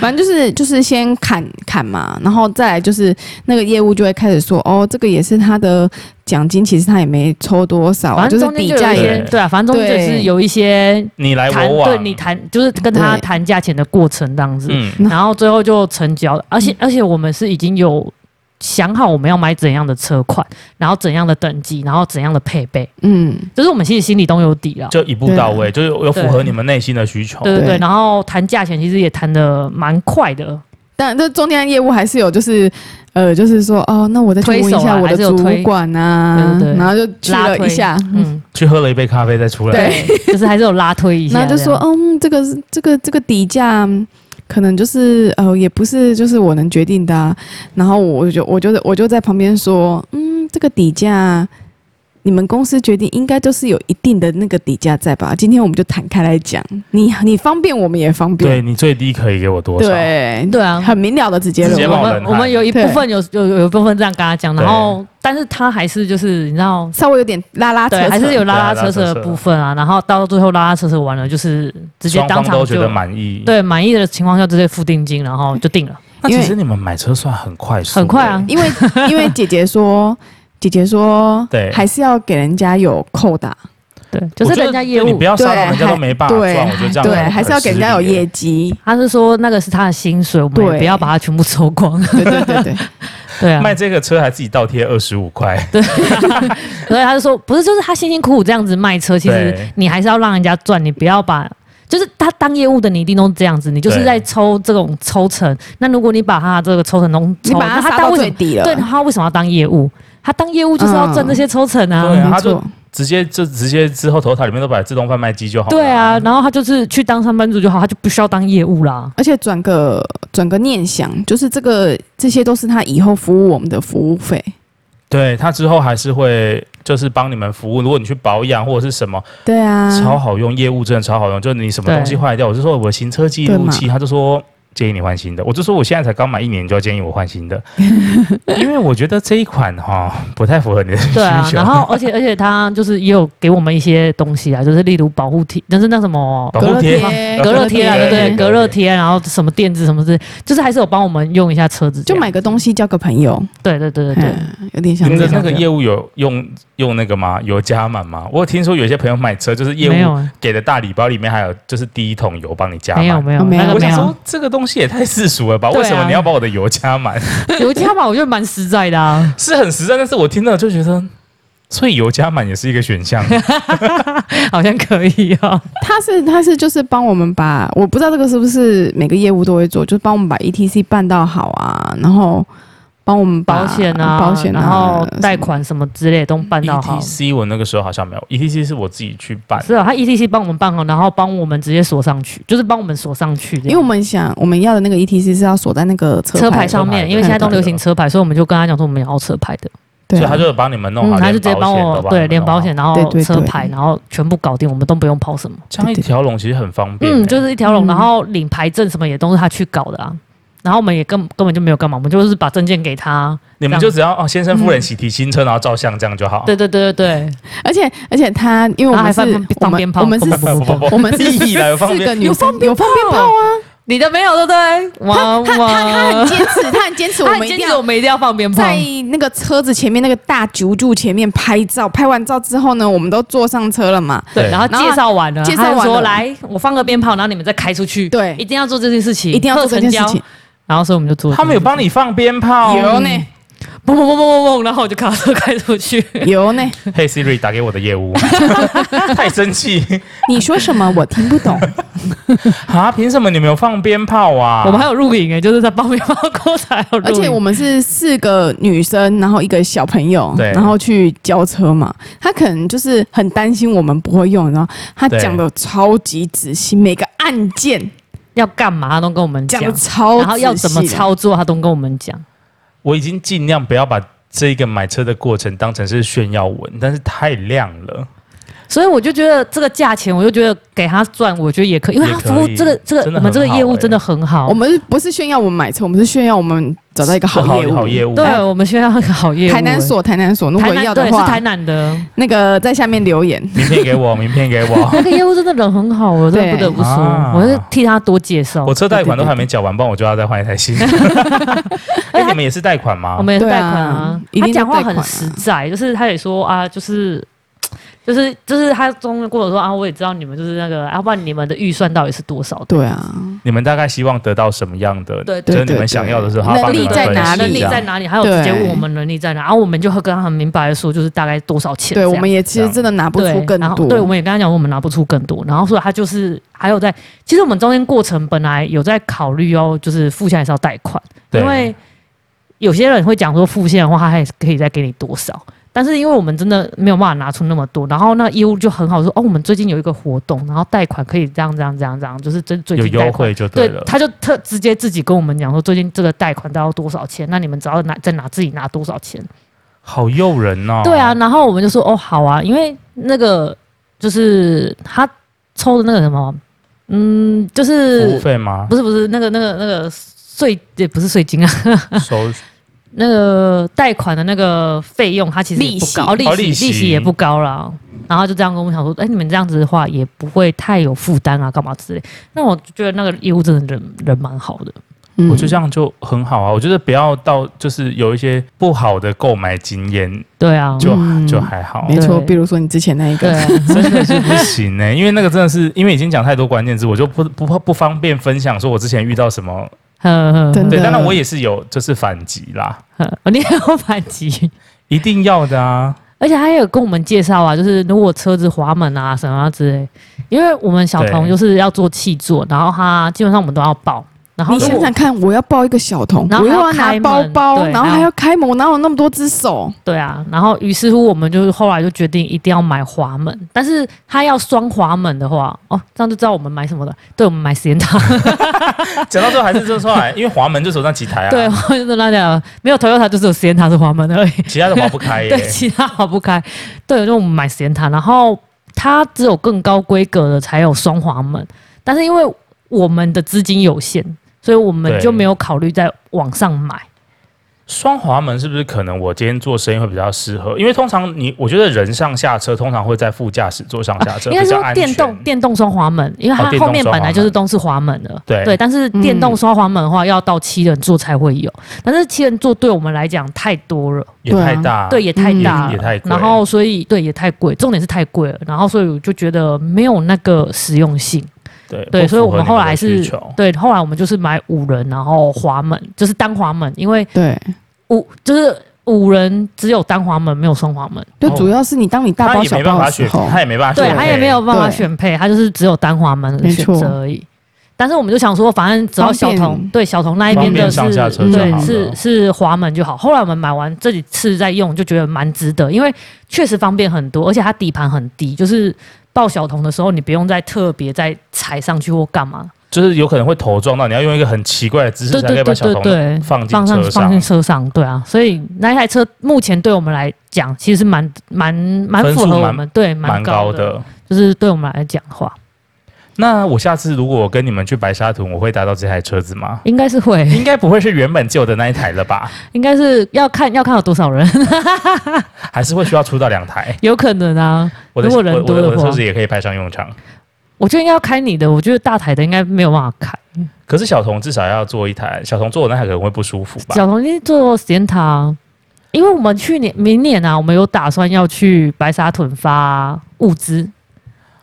反正就是就是先砍砍嘛，然后再来就是那个业务就会开始说，哦，这个也是他的奖金，其实他也没抽多少啊，
反正
是
中间
底
就有
价
一
也
些，对啊，反正中间就是有一些
你来
谈，
我往，
对你谈，就是跟他
对
谈价钱的过程这样子。
嗯，
然后最后就成交了，而
嗯
且而且我们是已经有想好我们要买怎样的车款，然后怎样的等级，然后怎样的配备，
嗯，
就是我们其实心里都有底了。
就一步到位，就是有符合你们内心的需求。
啊对对对，
对
然后谈价钱其实也谈的蛮快的，
但这中间业务还是有就是。呃，就是说，哦，那我再去问一
推手
下
啊
我
还
的
是有
主
推
管啊，
对对对
然后就去
拉
了
推
一下，嗯，
嗯，
去喝了一杯咖啡再出来，
对，就是还是有拉推一下这
然
样，
后就说，嗯，这个是这个这个底价，嗯可能就是呃，也不是就是我能决定的、啊。然后我就我就我就在旁边说，嗯，这个底价，你们公司决定应该就是有一定的那个底价在吧？今天我们就摊开来讲，你你方便我们也方
对
便，
你最低可以给我多少？
对
对啊
很明了的直接
直接
了
冒
我
嘛，
冷
们
汗
我们有一部
对
分有有有一部分这样跟他讲，然后但是他还是就是你知道。
稍微有点拉拉扯
对，
扯，
还是有拉拉
对拉拉
扯扯
扯扯
的部分啊，然后到最后拉拉扯扯完了，就是直接
双
当
方
场
都觉
就
得满意。，
对满意的情况下，直接付定金，然后就定了。
那其
因为
实你们买车算很快速，
很快啊
欸
因为因为姐姐说。姐姐说：“
对
还是要给人家有扣打，
对，就
我
是
觉得
人家业
对你
务
不，要
对
杀到人家都没办法
还
赚，我觉得这样
对，
很
还是要给人家有业。绩，
他是说那个是他的薪水，我们也
对
不要把它全部抽 光。
对对对对，
对啊，
卖这个车还自己倒贴二十五块，
所以他就说不是，就是他辛辛苦苦这样子卖车，其实
对
你还是要让人家赚，你不要把。就是他当业务的，你一定都是这样子，你就是
对
在抽这种抽成。那如果你把他这个抽成都
你
抽，
把它
那
杀
当
到
为什
最
么？
底了。
对，他为什么要当业务？他当业务就是要赚这些抽成啊。
对啊
没
他就
错，
直接就直接之后头塔里面都摆自动贩卖机就好了。
对啊，，然后他就是去当上班族就好，他就不需要当业务啦。
而且转个转个念想，就是这个这些都是他以后服务我们的服务费。
对他之后还是会就是帮你们服务，如果你去保养或者是什么，
对啊，
超好用，业务真的超好用。就是你什么
嗯对
东西坏掉，我就说我行车记录器，他就说建议你换新的。我就说我现在才刚买一年，你就要建议我换新 的，因为我觉得这一款哈、 不太符合你的需求。
对啊，然后而且而且他就是也有给我们一些东西啊，就是例如保护贴，就是那什么
保护贴
哎隔
隔
热贴
热贴啊，对
隔热
不
贴
对？隔热贴，然后什么垫子什么之类，就是还是有帮我们用一下车子这
就
样，
买个东西交个朋友，
对对对对对，
嗯，有点像
你们的
这
那
样
个业务有用用那个吗？有加满吗？我有听说有些朋友买车，就是业
没有
务
啊
给的大礼包里面还有就是第一桶油帮你加满。
没有没有
哦没有
那个
我
没
想
有
说，这个东西也太世俗了吧？
对啊
为什么你要把我的油加满？
油加嘛，我觉得蛮实在的啊。
是很实在，但是我听到就觉得，所以油加满也是一个选 项。
好像可以 哦。
他是他是就是帮我们把，我不知道这个是不是每个业务都会做，就是帮我们把 ETC 办到好啊，然后帮我们把
保险啊，
保险啊，
然后贷
什么，E
款什么之类都办到好。
ETC E 我那个时候好像没有，ETC 是我自己去办。
是啊，他 ETC 帮我们办好，然后帮我们直接锁上去，就是帮我们锁上去这样。
因为我们想我们要的那个 ETC 是要锁在那个车
车牌
牌
上
车牌
面，
的
因为现在都流行车牌，所以我们就跟他讲说我们也要车牌的。
对
所以他
啊，
就帮你们弄好，
嗯，他就直接帮我对连
连
保险，，然
对
后
对
车
对
牌，然后全部搞定，我们都不用跑什么。
这样一条龙其实很方便欸。
嗯嗯，就是一条龙，
嗯
然后领牌证什么也都是他去搞的啊。然后我们也根根本就没有干嘛，我们就是把证件给他。
你们
这
就
样嗯
只要哦，先生夫人喜提新车，然后照相这样就好。
哦对对对对
而且而且他，因为我
他还
们是
放放
我们
鞭炮
我们是
砰砰砰砰
我们是
屁啦有放
四
鞭
个女生
有放鞭
有放鞭炮啊，
对，你的没有对不对？哇
他他他他很坚持，啊他很坚持，我
他
们一
坚
定
持
要
我。们一定要放鞭炮。
在那个车子前面那个大九柱前面拍照，拍完照之后呢，我们都坐上车了嘛。
对，然后
然后
介绍完了，
介绍
他就
完
说
了
来，我放个鞭炮，然后你们再开出去。
对
一定要做这件事情，
一定要做这件事
贺成
情
交。然后所以我们就做。
他们有帮你放鞭炮。哦
有呢，
砰砰砰砰砰砰，然后我就卡车开出去。
有呢。
嘿 Siri 打给我的业务， 太生气
你说什么？我听不 懂。
啊！凭什么你们有放鞭炮啊？
我们还有录影哎，就是在放鞭炮过程还有录
而
影。
且我们是四个女生，然后一个小朋友，
对
然后去交车嘛。他可能就是很担心我们不会用，然后他
对
讲的超级仔细，每个按键
要干嘛他都跟我们讲
讲，的超，
然后要怎么？操作他都跟我们讲。
我已经尽量不要把这个买车的过程当成是炫耀文，但是太亮了，
所以我就觉得这个价钱，我就觉得给他赚，我觉得也可以，因为他
也可
服务
以
这个这个
真的
我们这个
很好
业务
欸
真的很好
我。们不是炫耀我们买车，我们是炫耀我们找到一个
这好
业务。
好业务。
对，啊我们需要一个好业务欸。
台南所，台南所，如
台
果
南
要
对
的
是台
话，
南的
那个在下面留言。
名片给我，名片给我。
那个业务真的人很好，我真的不得不说
啊，
我是替他多介绍
我。车贷款都还没缴完，不然我就要再换一台 新的。哎，你们也是贷款吗
我？们也是
对啊
贷款啊，
一
他
定是
讲话
贷款
很
啊
实在，就是他也说啊，就是。就是就是他中间跟我说啊，我也知道你们就是那个，要、啊不然你们的预算到底是多少？
对啊，
你们大概希望得到什么样的？
对
就
对
是你们
对
想
对
要的是他帮你们
能力在
分析
哪里
能力
这样
在哪里？还有直接问我们能力在哪，然后我们就会跟他很明白的说，就是大概多少钱这
对，
样。
我们也其实真的拿不
对
出更
然后
多。
对，我们也跟他讲，我们拿不出更多。然后所以他就是还有在，其实我们中间过程本来有在考虑哦，就是付现还是要贷款，
对
因为有些人会讲说付现的话，他还可以再给你多少。但是因为我们真的没有办法拿出那么多，然后那业务就很好说哦，我们最近有一个活动，然后贷款可以这样这样这样这样，就是最最
有
近贷
优
款
惠就对
对
了，。
他就特直接自己跟我们讲说，最近这个贷款大概多少钱？那你们只要拿再拿自己拿多少钱？
好诱人哦。
对啊，，然后我们就说哦，好啊，因为那个就是他抽的那个什么，嗯，就
服务
是
费吗？
不是不是那个那个那个税也不是税金啊，
收
那个贷款的那个费用，它其实也不高，
利息
利息,、
哦利
利
息
息也不高啦。然后就这样跟我们想说，哎、你们这样子的话也不会太有负担啊，干嘛之类。那我觉得那个业务真的人人蛮好的，
嗯
我觉得这样就很好啊。我觉得不要到就是有一些不好的购买经验，
对啊，
就
嗯
就还好。
没错，
对
比如说你之前那一
对
个，
啊，
真的是不行呢、欸 因为那个真的是，因为已经讲太多关键字，我就不不不方便分享，说我之前遇到什么。
呵呵
真
对，
的
当然我也是有，就是反击啦，
呵，哦你也有反击。
一定要的啊。
而且他也有跟我们介绍啊，就是如果车子滑门啊什么啊之类，因为我们小童
对
就是要做气座，然后他基本上我们都要报，然后
你想想看，我要抱一个小童，
然后
我
还
又
要
要拿
开
包
门
包，
对
然后
然
还
后
要开门，我哪有那么多只手？
对啊，然后于是乎我们就是后来就决定一定要买滑门，但是他要双滑门的话，哦，这样就知道我们买什么了。对，我们买实验塔，
讲到最后还是说出来，因 为华门就手上几台啊，
对，我就跟他讲，没有 Toyota 就是有实验塔是滑门而已，
其他的划不开耶、
对，其他划不开。对，就我们买实验塔，然后它只有更高规格的才有双滑门，但是因为我们的资金有限，所以我们
对
就没有考虑在网上买。
双滑门是不是可能我今天做生意会比较适合？因为通常你，我觉得人上下车通常会在副驾驶座上下车，
啊应该
比较
说
安全
电动电动双滑门，因为
哦
它
电动
后面
双
本
滑
来
门
就是都是滑门的，
对嗯
对。但是电动双滑门的话，要到七人座才会有，但是七人座对我们来讲太多了，
也太大，
对，也太
嗯
大了，
啊也太贵
然后所以对也太贵，重点是太贵了，然后所以我就觉得没有那个实用性，
对
对，
不
所以
符
我
合
们后
你的
来是
需求
对，后来我们就是买五人，然后滑门就是单滑门，因为
对，
五就是五人只有单滑门，没有双滑门。
就
哦
主要是你当你大
他
包
也
小
没办
包
法
的时
选
候，，
他也没办法
对
选，
他也没有办法
对
选配，他就是只有单滑门的
没
选
错
择而已。但是我们就想说，反正只要小
方
童
便
对小童那一边的是
方便上下车
就好
对
了
是是滑门就好。后来我们买完这几次再用，就觉得蛮值得，因为确实方便很多，而且它底盘很低，就是抱小童的时候你不用再特别再踩上去或干嘛，
就是有可能会头撞到，你要用一个很奇怪的姿势
对
才可以
对
把
对
小
对
童
对，
放进
放上
车
放进
上。
车上，对啊，所以那一台车目前对我们来讲其实是蛮蛮蛮
分数
符合我
蛮
们对
蛮高，
高
的，
就是对我们来讲的话，
那我下次如果我跟你们去白沙屯，我会搭到这台车子吗？
应该是会，
应该不会是原本旧的那一台了吧？
应该是要看要看有多少人，
还是会需要出到两台？
有可能啊。
我的
如
我
果
的
人
我
多
的
的
我的车
话
子，也可以派上用场。
我觉得应该要开你的，我觉得大台的应该没有办法开。
可是小童至少要坐一台，小童坐我那台可能会不舒服吧？
小童一定做实验塔，因为我们去年明年啊，我们有打算要去白沙屯发物资，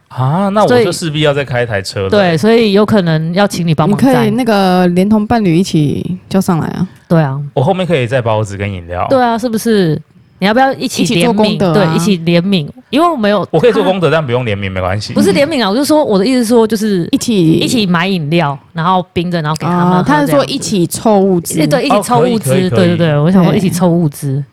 啊，那我
所以
就势必要再开一台车了。
对，，所以有可能要请你帮
你
忙
可
载
以。那个连同伴侣一起叫上来啊，
对啊，
我后面可以再包子跟饮料。
对啊，是不是？你要不要一起
一起
联
做功
名？
德啊
对，一起联名，因为我们有
我可以做功德，但不用联名，没关系。
不是联名啊，我就说我的意思说就是
一起
一起买饮料，然后冰着，然后给他们
啊
喝。
他是
这样
说
子
一，起凑物资，
对，一
哦
起抽
可以
物
可以
资，对
可以
对对，我想说
对
一起抽物资，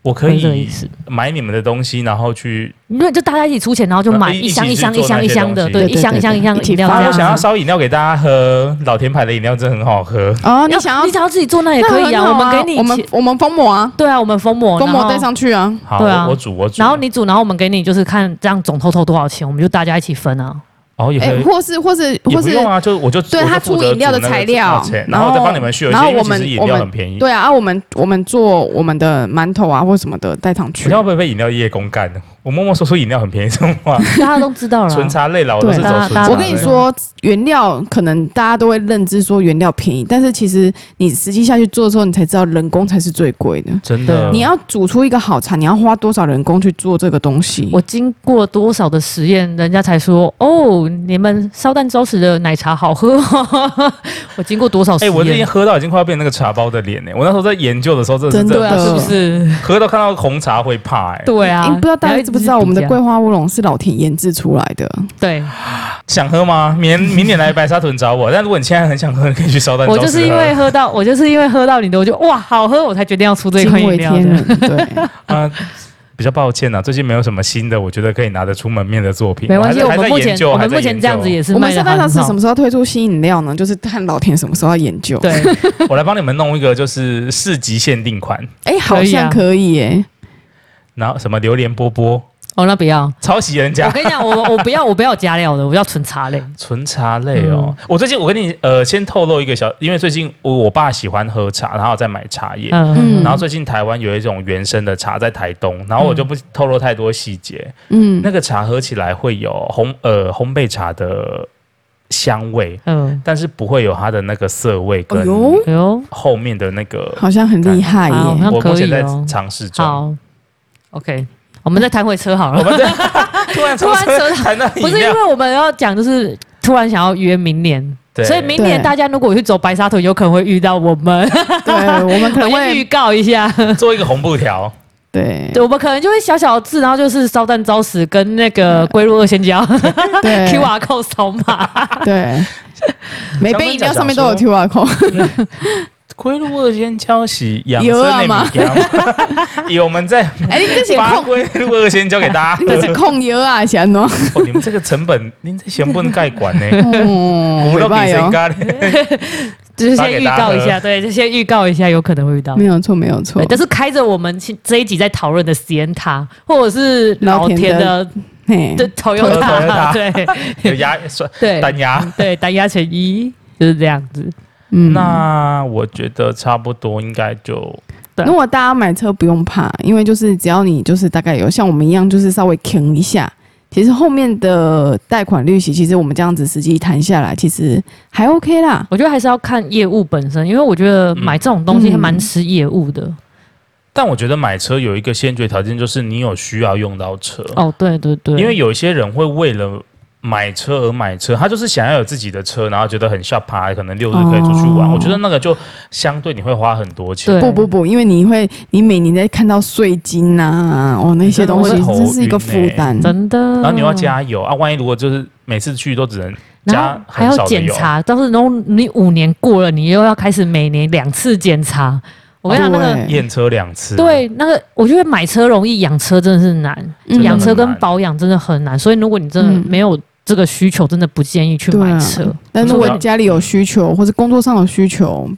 我可
是这个意
以
思
买你们的东西，然后去。
因为就大家一起出钱，然后就
呃
买
一
一箱
一
一
起
箱
去做
一
那
箱一
些
箱
东
的，
西
对，
对
一箱
对
一箱
对
一箱
一起
饮料
发
啊，
这
我
样子
想要烧饮料给大家喝，老田牌的饮料真的很好喝。
哦，你
要
想要
你想要自己做那也
那
可以
很
啊，
好
我们给你
我们
钱，
我们封魔啊，
对啊，我们封膜，
封
然
魔
后
带上去啊，
好，
对啊
我我煮我煮。
然后你煮，然后我们给你就是看这样总偷偷多少钱，我们就大家一起分 啊。
哦也可
哎，
以。
或是或是
也
或
不
是
用啊，就我就
对
我就
他
负
出
责
饮料
煮
的
那个
材
制造
料
钱
然
然后再
后
帮你们续一些，
然后
因为
我
其实
们
饮
我
料
们
很便宜。
对啊，啊，我们我们做我们的馒头啊或什么的带上去
我，要不要被饮料业公干？我默默说出饮料很便宜这种话，
大家都知道了
纯
啊，
茶类啦，我都是
对
走
大家
纯茶类。
我跟你说，原料可能大家都会认知说原料便宜，但是其实你实际下去做的时候，你才知道人工才是最贵
嗯
的。
真的，
对
你要煮出一个好茶，你要花多少人工去做这个东西？
我经过多少的实验，人家才说哦，你们烧蛋招式的奶茶好喝、 哦。我经过多少实
哎、
验？
我最近喝到已经快要变那个茶包的脸呢、我那时候在研究的时候，真的是
真
真
的
的
啊，是不是？
喝到看到红茶会怕哎、
对啊，
你不知道大
你要
家
一直
知不知道，我们的
比较
桂花乌龙是老田研制出来的。
对，
想喝吗？明明年来白沙屯找我。但如果你现在很想喝，你可以去烧蛋
我
超
就
市
是因
喝
为喝到，我就是因为喝到你的，我就哇好喝，我才决定要出这
惊
款
为
饮料
天
的。
人，对，
啊、比较抱歉呐、啊最近没有什么新的，我觉得可以拿得出门面的作品。
没关系，
我
我
还在
们
还
目
在研
前
究
我
还
们
在
目前
研
这样子
究
也 是
我们
卖的
下
很
半
好。
场是什么时候推出新饮料呢？就是看老田什么时候要研究。，
对，
我来帮你们弄一个，就是市级限定款，
哎，好
可以啊
像可以耶。
然后什么榴莲波波，
哦，那 不要。
抄袭人
我
家
跟你讲，我我不要，我不要加料的，我要纯 茶类。
纯茶类哦。
嗯
我最近我跟你呃，先透露一个小，因为最近我我爸喜欢喝茶，然后再买茶叶。
嗯，
然后最近台湾有一种原生的茶在台东，然后我就不透露太多细节。
嗯，
那个茶喝起来会有烘呃烘焙茶的香味，
嗯，
但是不会有它的那个涩味
哎
跟
呦，
哎呦，
后面的那个。
好像很厉害
好
耶。
像
我目
可
前
以
在
哦
尝试中。
好，OK，我们再谈回车好
我
了。
们在突然
突
从
然扯到
谈到
不
饮
是因
料，
为我们要讲，就是突然想要约明年，
对
所以明年
对
大家如果去走白沙屯，有可能会遇到我们。
对，我们可
我
能
先预
会
告一下，
做一个红布 条，
对
对，我们可能就会小小的字，然后就是烧蛋招死跟那个龟鹿二仙胶
对
QR code 扫码。
对，每杯饮料上面都
想
有
说
QR code。
归路二仙交喜养生
有啊
的
嘛
米 条，有我们在
哎，你这些
把
控，
归路二仙交给大 家
你这是
喝。
控油啊，贤喏。
哦你们这个成本，您这钱不能盖管 呢。
哦
嗯
我们都给
没办
谁
法哟
干呢？
就是
发
先
给
预
大家
告一
喝
下，对，就先预告一下，有可能会遇到
没。有错，没有错
对，。但是开着我们其这一集在讨论的 Sienta，或者是老田的
嘿
对
Toyota
Toyota，对
有牙酸
对
单牙。
对，单压成一就是这样子。
嗯
那我觉得差不多，应该就
对
如果大家买车不用怕，因为就是只要你就是大概有像我们一样，就是稍微停一下，其实后面的贷款利息，其实我们这样子实际谈下来，其实还 OK 啦。
我觉得还是要看业务本身，因为我觉得买这种东西
嗯
还蛮吃业务
嗯
的。
但我觉得买车有一个先决条件，就是你有需要用到车，
哦，对对对，
因为有一些人会为了。买车而买车，他就是想要有自己的车，然后觉得很下爬，可能六日可以出去玩。
哦
我觉得那个就相对你会花很多钱。
对
不不不，因为你会，你每年在看到税金呐、哦那些东西，
真的会头
这是一个负担。
真的。
然后你又要加油啊，万一如果就是每次去都只能
然后
加
还
很
要
少的
检
油，
查，到时候你五年过了，你又要开始每年两次检查。我跟
哦
你讲，那个
对
验车两次。，
对那个，我觉得买车容易，养车真的是难，
真的
养
很
车跟
难
保养真的很难。所以如果你真
嗯
的没有这个需求，真的不建议去
对
买
啊
车。嗯
但如果
不
你
是
家里有需求，或是工作上有需求，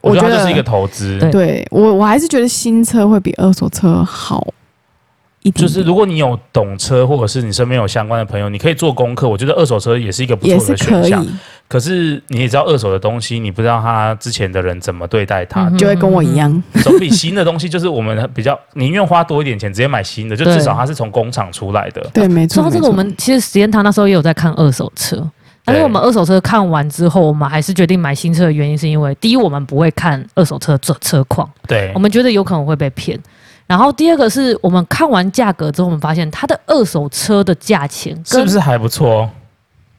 我觉
觉
得它
得
就是一个投资。
对
对我我还是觉得新车会比二手车好。一定
就是如果你有懂车，或者是你身边有相关的朋友，你可以做功课。我觉得二手车也是一个不
也
错
是
的
可
选
以
项。，可是你也知道，二手的东西你不知道他之前的人怎么对待他，
嗯
就会跟我一样，
总比新的东西就是我们比较宁愿花多一点钱直接买新的，就
对
至少它是从工厂出来的。
对，没
说
错。
到这个，
没错
我们其实实验堂那时候也有在看二手车，但是
对
我们二手车看完之后，我们还是决定买新车的原因是因为，第一，我们不会看二手车车车况，
对
我，们觉得有可能会被骗。然后第二个是我们看完价格之后，我们发现它的二手车的价钱
是
跟
不是还不错？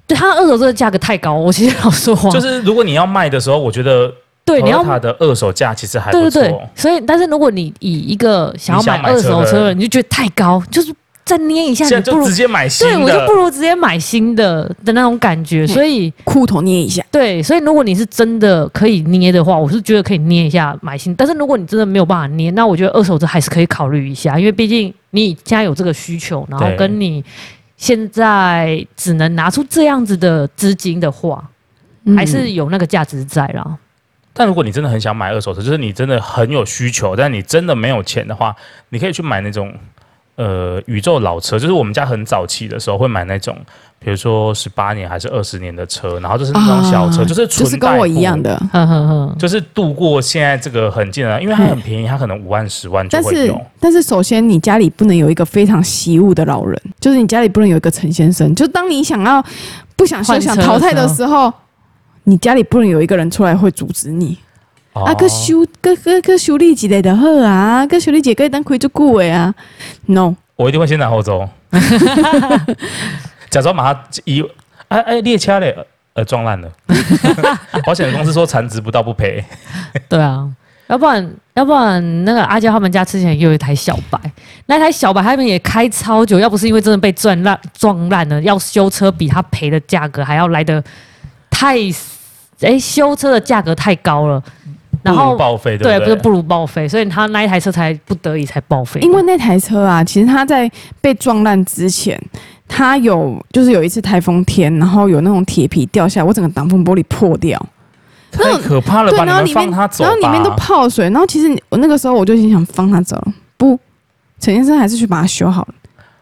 对它的二手车的价格太高，我其实老实话，
就是如果你要卖的时候，我觉得
对你要
它的二手价其实还
对
不
对
错。
对，所以但是如果你以一个想要
你想
买
买
二手
车
车
的
的，你就觉得太高，就是再捏一下，
现在
你
就
不如
直接买新
对我就
的嗯
不，如直接买新的的那种感觉，所以。
裤头捏一下，
对，所以如果你是真的可以捏的话，我是觉得可以捏一下买新。但是如果你真的没有办法捏，那我觉得二手车还是可以考虑一下，因为毕竟你家有这个需求，然后
对
跟你现在只能拿出这样子的资金的话，
嗯
还是有那个价值在啦。
但如果你真的很想买二手车，就是你真的很有需求，但你真的没有钱的话，你可以去买那种呃宇宙老车，就是我们家很早期的时候会买那种，比如说十八年还是二十年的车，然后就是那种小车，
啊
就是
就
纯
是跟
代
我一
步
样的，
呵呵呵，
就是度过现在这个很近的，因为它很便宜，它可能五万、十万就
但
会
是
有。
但是首先你家里不能有一个非常习武的老人，就是你家里不能有一个陈先生，就当你想要不想休
换
想
车的
淘汰
时
的
候
时候。你家里不能有一个人出来会阻止你，啊，
个
个修个个个修理一个就好啊，个修理一个当开足久的啊，no，
我一定会先拿后 周，假装把它一哎哎列掐嘞，呃呃撞 烂了。保险公司说残值不到不赔，
对啊，要不然要不然那个阿娇他们家之前也有一台小白，那台小白他们也开超久，要不是因为真的被撞烂撞烂了，要修车比他赔的价格还要来的太，哎、修车的价格太高了，然
不
后
如报废
对，
对
不
不
是
对？
不如报废，所以他那一台车才不得已才报废的，
因为那台车啊，其实它在被撞烂之前，它有就是有一次台风天，然后有那种铁皮掉下来，我整个挡风玻璃破掉，
太可怕了
对，
吧！
然后
你们
里面
放它走
然
吧。
后里面都泡水，然后其实你我那个时候我就已经想放它走了，不，陈先生还是去把它修好了。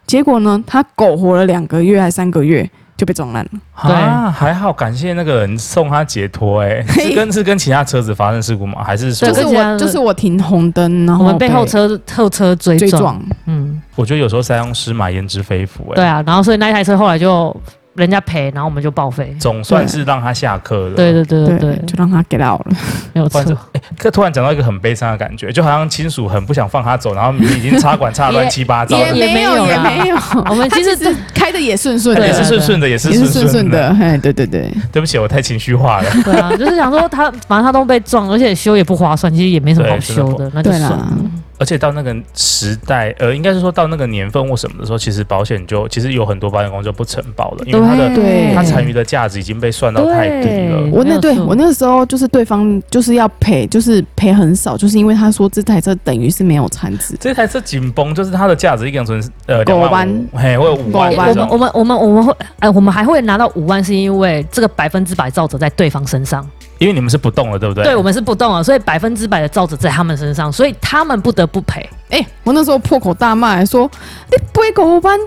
结果呢，他苟活了两个月还三个月就被撞烂了。
啊，还好感谢那个人送他解脱、欸。哎，
嘿
是跟是跟其他车子发生事故吗？还是说
对
就是
而且他
我就是我停红灯，然后
我们被后车后车追
追
撞，
撞，
嗯，
我觉得有时候塞翁失马焉知非福、欸。
对，啊，然后所以那一台车后来就人家赔，然后我们就报废，
总算是让他下课了。
对对对对
对，
对，
就让他 get out 了。
没有错
换。成可突然讲到一个很悲伤的感觉，就好像亲属很不想放他走，然后明明已经插管插得乱
也
七八糟
也
的，
也没有
也
啦
没有。
我们
啊他
其
其
实
实开的也顺顺
对
也
的，
是顺顺的，也是
也是
顺
顺顺
的。
的。嘿，对对对，
对不起，我太情绪化了。
对啊，就是想说他，反正他都被撞，而且修也不划算，其实也没什么好修的，那就
对
算
啦
了。，
而且到那个时代，呃，应该是说到那个年份或什么的时候，其实保险就其实有很多保险公司就不承保了，因为它的
对
它残余的价值已经被算到太低
嗯对
了。
我
没
那
有
对
错
我那个时候就是对方就是要赔，就是赔很少，就是因为他说这台车等于是没有残值。
这台车紧绷，就是它的价值一个人存呃
狗
两
弯
万五，嘿，会有五万
狗
我
弯
这
们
种。
我们我们我们会，呃，我们还会拿到五万，是因为这个百分之百造者在对方身上，
因为你们是不动了，对不对？
对我们是不动了，啊所以百分之百的造者在他们身上，所以他们不得不赔。
哎、我那时候破口大骂，说你赔狗班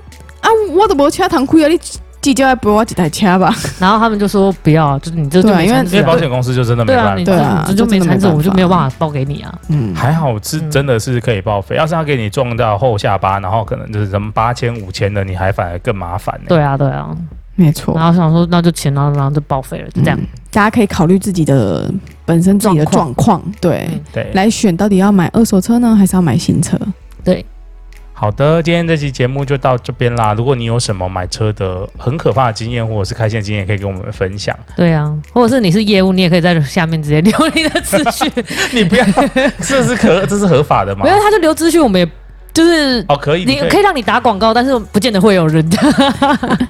啊，我都没车堂亏啊，你至少要赔我几台车吧？
然后他们就说不要，就是你这就
对啊
没
因为
产值
因为
啊
保险公司就真的没
对
办
啊，
法
你。
对啊
这就
这
没
真的
产值，
没办
我就
法
没有办法报给你啊。
嗯，
还好是
嗯
真的是可以报废，要是他给你撞到后下巴，然后可能就是什么八千五千的，你还反而更麻烦、呢。
对啊，对啊。
没错
然，后想说那就钱，然后然后就报废了，就 这样。
嗯大家可以考虑自己的本身自己的
状
状况，对，
嗯
对，
来选到底要买二手车呢，还是要买新车？
好的，今天这期节目就到这边啦。如果你有什么买车的很可怕的经验或者是开心的经验，也可以跟我们分 享。
对啊，或者是你是业务，你也可以在下面直接留你的资讯。
你不要，这是可这是合法的吗
没？有，他就留资讯，我们也就是
哦，可以，
你
你可
可
以
以让你打广告，但是不见得会有 人家。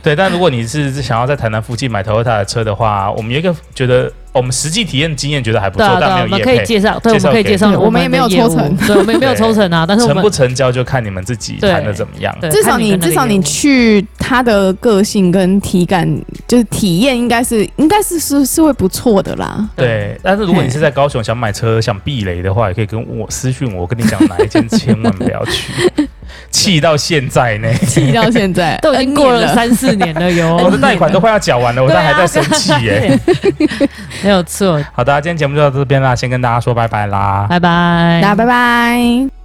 对。但如果你是想要在台南附近买 Toyota 的车的话，我们有一个觉得我们实际体验经验觉得还不
对
错，
啊，对啊，
但
我
没
们
有
可以
业配，
介绍，对，我
介绍
们可以
给
介绍
你
我们
我们也没有
的业务
抽成
对，我们也没有抽成啊，但是我
成不
们
成交就看你们自己
对
谈的怎么样。
对
至少
看
你
跟那个
至少
业
你
务
去他的个性跟体感，就是体验应该是应该是是是会不错的 啦。
对，但是如果你是在高雄想 买车想避雷的话，也可以跟我私讯我，我跟你讲哪一间千万不要去。气到现在呢，哎
气到现在
都已经过了
三。
三四年了哟。啊
我的贷款都快要缴完 了，我现在还在生气耶。
没有错，
好的，今天节目就到这边啦，先跟大家说拜拜啦，
拜拜，
那拜拜。